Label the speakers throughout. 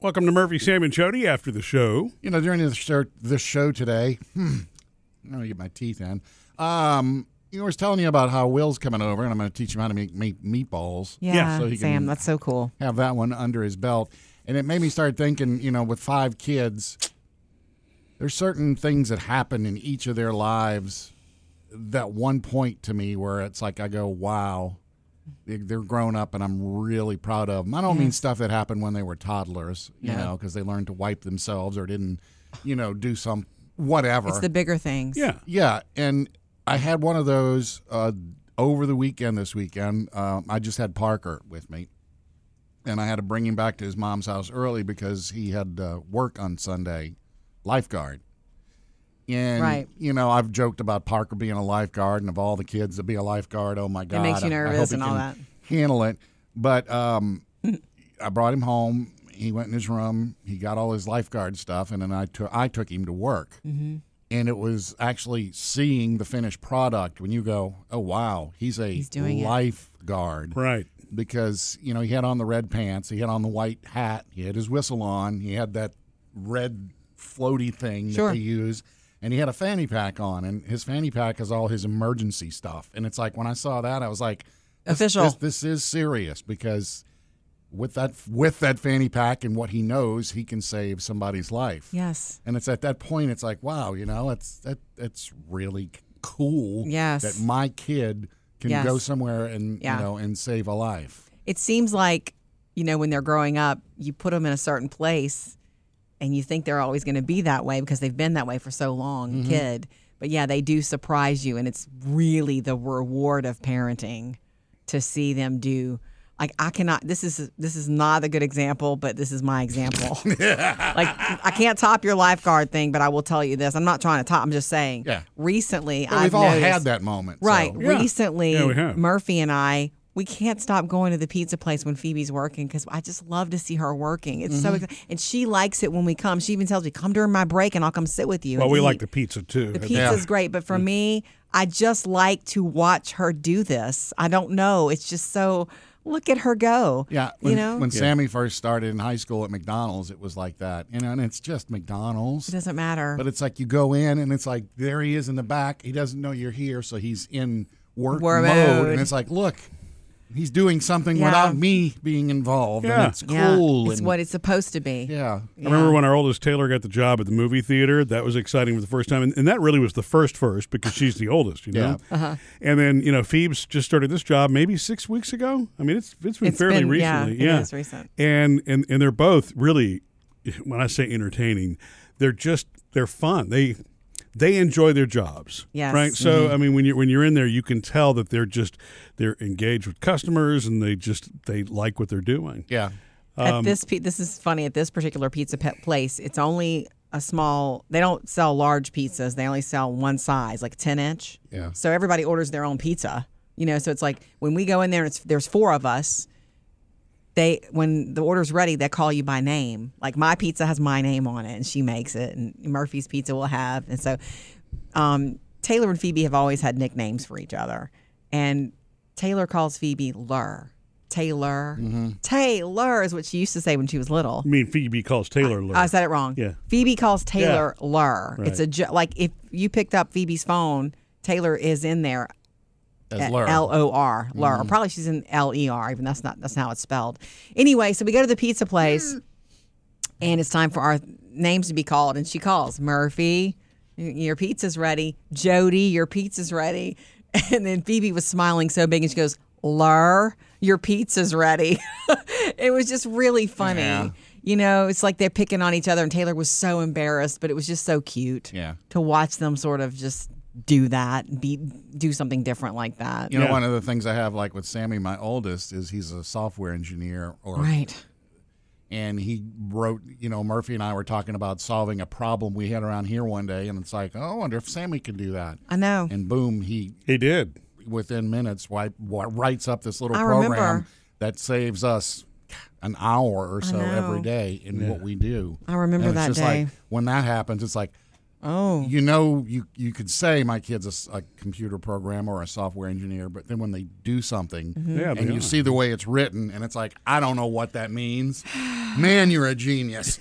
Speaker 1: Welcome to Murphy, Sam, and Jody after the show.
Speaker 2: You know, during this show, this show today, hmm, I'm going to get my teeth in. Um, you know, I was telling you about how Will's coming over, and I'm going to teach him how to make meat, meatballs.
Speaker 3: Yeah,
Speaker 2: so he
Speaker 3: Sam,
Speaker 2: can
Speaker 3: that's so cool.
Speaker 2: have that one under his belt. And it made me start thinking, you know, with five kids, there's certain things that happen in each of their lives that one point to me where it's like I go, wow, they- they're grown up and I'm really proud of them. I don't mean stuff that happened when they were toddlers, you know, 'cause
Speaker 3: No.
Speaker 2: know, because they learned to wipe themselves or didn't, you know, do some whatever.
Speaker 3: It's the bigger things.
Speaker 1: Yeah.
Speaker 2: Yeah, and I had one of those uh, over the weekend. This weekend, um, I just had Parker with me, and I had to bring him back to his mom's house early because he had uh, work on Sunday, lifeguard. And
Speaker 3: Right.
Speaker 2: you know, I've joked about Parker being a lifeguard, and of all the kids to be a lifeguard, oh my god,
Speaker 3: makes
Speaker 2: I-
Speaker 3: you
Speaker 2: I
Speaker 3: nervous
Speaker 2: hope he
Speaker 3: and all
Speaker 2: can
Speaker 3: that. Mm.
Speaker 2: Handle it, but um, I brought him home. He went in his room. He got all his lifeguard stuff, and then I took I took him to work
Speaker 3: Mm-hmm.
Speaker 2: and it was actually seeing the finished product when you go, oh wow, he's a
Speaker 3: doing it.
Speaker 2: lifeguard
Speaker 1: Right.
Speaker 2: because you know he had on the red pants, he had on the white hat, he had his whistle on, he had that red floaty thing
Speaker 3: Sure.
Speaker 2: that they use, and he had a fanny pack on, and his fanny pack is all his emergency stuff, and it's like when I saw that, I was like, this-
Speaker 3: Official.
Speaker 2: This, this is serious because. With that, with that fanny pack and what he knows, he can save somebody's life.
Speaker 3: Yes.
Speaker 2: And it's at that point, it's like, wow, you know, it's that it's really c- cool.
Speaker 3: Yes.
Speaker 2: That my kid can
Speaker 3: Yes.
Speaker 2: go somewhere and
Speaker 3: Yeah.
Speaker 2: you know and save a life.
Speaker 3: It seems like, you know, when they're growing up, you put them in a certain place and you think they're always going to be that way because they've been that way for so long,
Speaker 2: Mm-hmm.
Speaker 3: kid. But yeah, they do surprise you. And it's really the reward of parenting to see them do. Like I cannot. This is this is not a good example, but this is my example. like I can't top your lifeguard thing, but I will tell you this: I'm not trying to top. I'm just saying.
Speaker 2: Yeah.
Speaker 3: Recently,
Speaker 2: But
Speaker 3: I've
Speaker 2: we've all had
Speaker 3: noticed-
Speaker 2: that moment, so-
Speaker 3: Right.
Speaker 1: Yeah.
Speaker 3: Recently,
Speaker 1: Yeah, we have.
Speaker 3: Murphy and I, we can't stop going to the pizza place when Phoebe's working because I just love to see her working. It's so exciting. And she likes it when we come. She even tells me, come during my break and I'll come sit with you.
Speaker 1: Well,
Speaker 3: and
Speaker 1: we
Speaker 3: eat."
Speaker 1: like the pizza too.
Speaker 3: The pizza's great, but for me, I just like to watch her do this. I don't know. It's just so, look at her go.
Speaker 2: Yeah. When,
Speaker 3: you know?
Speaker 2: when Sammy first started in high school at McDonald's, it was like that, you know, and it's just McDonald's.
Speaker 3: it doesn't matter.
Speaker 2: But it's like you go in and it's like there he is in the back. He doesn't know you're here, so he's in work,
Speaker 3: Work
Speaker 2: mode.
Speaker 3: mode.
Speaker 2: And it's like, look, he's doing something
Speaker 3: Yeah.
Speaker 2: without me being involved.
Speaker 1: Yeah.
Speaker 2: And it's
Speaker 3: yeah,
Speaker 2: cool.
Speaker 3: it's
Speaker 2: and,
Speaker 3: what it's supposed to be.
Speaker 2: yeah.
Speaker 1: I remember when our oldest Taylor got the job at the movie theater. That was exciting for the first time. And, and that really was the first first because she's the oldest, you know?
Speaker 3: Uh-huh.
Speaker 1: And then, you know, Phoebe's just started this job maybe six weeks ago. I mean, it's it's been
Speaker 3: It's
Speaker 1: fairly
Speaker 3: been- yeah,
Speaker 1: recently.
Speaker 3: it
Speaker 1: Yeah.
Speaker 3: is recent.
Speaker 1: And, and and they're both really when I say entertaining, they're just they're fun. They they enjoy their jobs.
Speaker 3: Yes. Mm-hmm.
Speaker 1: Right. So I mean when you're when you're in there you can tell that they're just they're engaged with customers and they just they like what they're doing.
Speaker 2: Yeah.
Speaker 3: at this pe- this is funny at this particular pizza pet place it's only a small they don't sell large pizzas they only sell one size like 10 inch
Speaker 2: Yeah.
Speaker 3: so everybody orders their own pizza you know so it's like when we go in there and it's, there's four of us they when the order's ready they call you by name like my pizza has my name on it and she makes it and murphy's pizza will have and so um, taylor and phoebe have always had nicknames for each other and taylor calls phoebe lur taylor
Speaker 1: Mm-hmm.
Speaker 3: taylor is what she used to say when she was little
Speaker 1: I mean Phoebe calls Taylor Lou.
Speaker 3: I said it wrong.
Speaker 1: Yeah.
Speaker 3: Phoebe calls Taylor Lur. It's a
Speaker 1: Right.
Speaker 3: jo- like if you picked up Phoebe's phone, Taylor is in there.
Speaker 2: As Laura.
Speaker 3: L O R Mm. Lur. Or Probably she's in L E R. Even that's not that's not how it's spelled. Anyway, so we go to the pizza place, and it's time for our names to be called. And she calls Murphy. Your pizza's ready. Jody, your pizza's ready. And then Phoebe was smiling so big, and she goes, "Lur, your pizza's ready." it was just really funny.
Speaker 2: Yeah.
Speaker 3: You know, it's like they're picking on each other, and Taylor was so embarrassed, but it was just so cute.
Speaker 2: Yeah.
Speaker 3: to watch them sort of just do that, and be do something different like that.
Speaker 2: You know,
Speaker 1: Yeah.
Speaker 2: one of the things I have, like with Sammy, my oldest, is he's a software engineer, or
Speaker 3: Right.
Speaker 2: and he wrote. You know, Murphy and I were talking about solving a problem we had around here one day, and it's like, oh, I wonder if Sammy could do that.
Speaker 3: I know.
Speaker 2: And boom, he
Speaker 1: he did.
Speaker 2: within minutes wipe, wi- writes up this little
Speaker 3: I
Speaker 2: program
Speaker 3: remember.
Speaker 2: that saves us an hour or so
Speaker 3: know.
Speaker 2: every day in what we do.
Speaker 3: I remember
Speaker 2: and it's
Speaker 3: that
Speaker 2: just
Speaker 3: day.
Speaker 2: Like, when that happens, it's like,
Speaker 3: Oh.
Speaker 2: you know you you could say my kid's a s- a, computer programmer or a software engineer but then when they do something
Speaker 3: Mm-hmm.
Speaker 1: Yeah,
Speaker 2: and
Speaker 1: they
Speaker 2: you
Speaker 1: are.
Speaker 2: see the way it's written and it's like i don't know what that means man you're a genius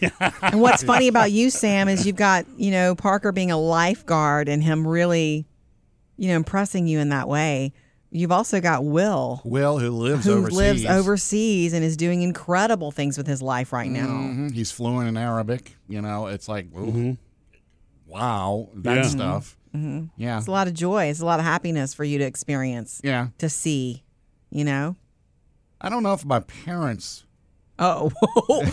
Speaker 3: And what's funny about you, Sam, is you've got, you know, Parker being a lifeguard and him really, you know, impressing you in that way. You've also got Will,
Speaker 2: will who lives
Speaker 3: who
Speaker 2: overseas
Speaker 3: lives overseas and is doing incredible things with his life right now.
Speaker 2: Mhm. he's fluent in arabic you know it's like ooh, wow that
Speaker 1: Mm-hmm. Yeah.
Speaker 2: stuff yeah
Speaker 3: Mm-hmm. It's a lot of joy. It's a lot of happiness for you to experience,
Speaker 2: yeah
Speaker 3: to see, you know?
Speaker 2: i don't know if my parents
Speaker 3: Oh,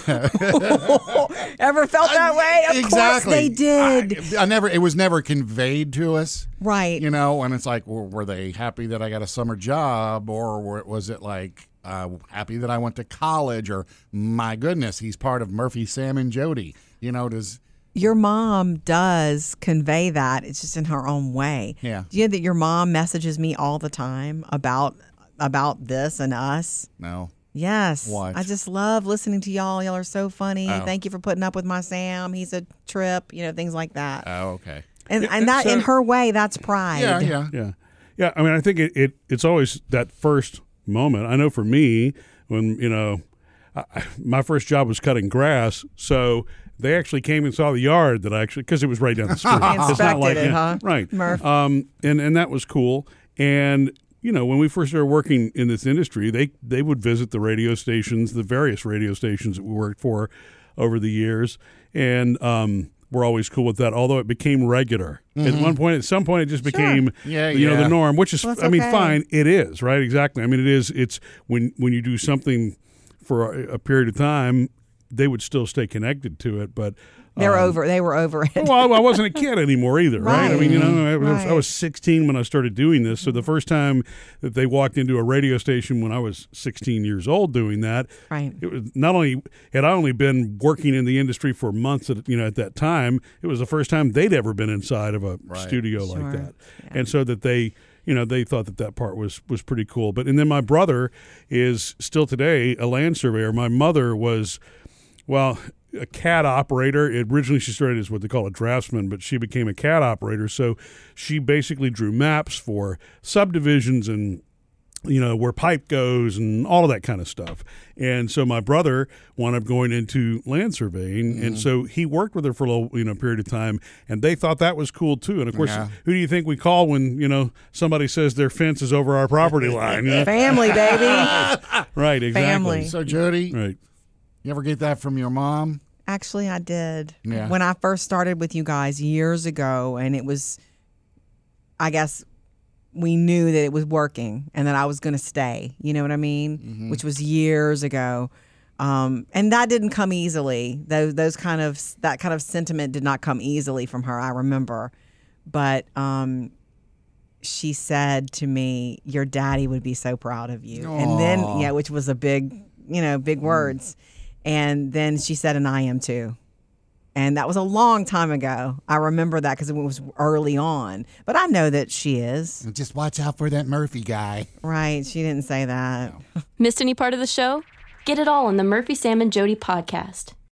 Speaker 3: ever felt that way? Of
Speaker 2: exactly.
Speaker 3: course they did.
Speaker 2: I, I never. It was never conveyed to us,
Speaker 3: right.
Speaker 2: you know. And it's like, well, were they happy that I got a summer job, or were, was it like uh, happy that I went to college, or my goodness, he's part of Murphy, Sam, and Jody. You know, does
Speaker 3: your mom does convey that. It's just in her own way.
Speaker 2: Yeah.
Speaker 3: Do you know that your mom messages me all the time about about this and us?
Speaker 2: no?
Speaker 3: Yes.
Speaker 2: What?
Speaker 3: I just love listening to y'all. Y'all are so funny.
Speaker 2: Oh.
Speaker 3: Thank you for putting up with my Sam. He's a trip, you know, things like that.
Speaker 2: Oh, okay.
Speaker 3: and and that in
Speaker 1: so-
Speaker 3: her way, that's pride.
Speaker 2: Yeah, yeah.
Speaker 1: Yeah. Yeah. I mean, I think it, it it's always that first moment. I know for me, when, you know, I, I- my first job was cutting grass. So they actually came and saw the yard that I actually, because it was right down the street. it's
Speaker 3: Inspected
Speaker 1: not like,
Speaker 3: it, huh?
Speaker 1: Right.
Speaker 3: Murph.
Speaker 1: Um, and, and that was cool. And, you know, when we first started working in this industry, they, they would visit the radio stations, the various radio stations that we worked for over the years. And, um, we're always cool with that, although it became regular.
Speaker 3: Mm-hmm.
Speaker 1: At one point, at some point, it just became,
Speaker 2: Yeah,
Speaker 1: you know,
Speaker 2: yeah.
Speaker 1: the norm, which is,
Speaker 3: Well, that's
Speaker 1: I mean,
Speaker 3: okay.
Speaker 1: fine, it is right, exactly. I mean, it is. It's when when you do something for a, a period of time, they would still stay connected to it, but.
Speaker 3: They're
Speaker 1: um,
Speaker 3: over they were over it.
Speaker 1: well, I- I wasn't a kid anymore either, right? I mean, you know, I was, I
Speaker 3: Right.
Speaker 1: was 16 when I started doing this. So the first time that they walked into a radio station when I was 16 years old doing that,
Speaker 3: Right.
Speaker 1: it was not only had I only been working in the industry for months at you know at that time, it was the first time they'd ever been inside of a studio
Speaker 3: Sure.
Speaker 1: like that, and so that they you know they thought that that part was was pretty cool. But and then my brother is still today a land surveyor. My mother was well, a cat operator. Originally, she started as what they call a draftsman, but she became a cat operator. So she basically drew maps for subdivisions and you know where pipe goes and all of that kind of stuff. And so my brother wound up going into land surveying, and so he worked with her for a little you know period of time, and they thought that was cool too. And of course,
Speaker 2: Yeah.
Speaker 1: who do you think we call when you know somebody says their fence is over our property line? You know?
Speaker 3: Family, baby.
Speaker 1: right, exactly.
Speaker 3: Family.
Speaker 2: So Jody,
Speaker 1: Right.
Speaker 2: you ever get that from your mom?
Speaker 3: Actually, I did.
Speaker 2: Yeah.
Speaker 3: When I first started with you guys years ago, and it was, I guess, we knew that it was working and that I was going to stay. You know what I mean? Which was years ago, um, and that didn't come easily. Those those kind of that kind of sentiment did not come easily from her. I remember, but um, she said to me, "Your daddy would be so proud of you." And then, yeah, which was a big, you know, big words. And then she said, "And I am too." And that was a long time ago. I remember that because it was early on. But I know that she is
Speaker 2: Just watch out for that Murphy guy.
Speaker 3: right. She didn't say that.
Speaker 4: Missed any part of the show? Get it all on the Murphy, Sam, and Jody podcast.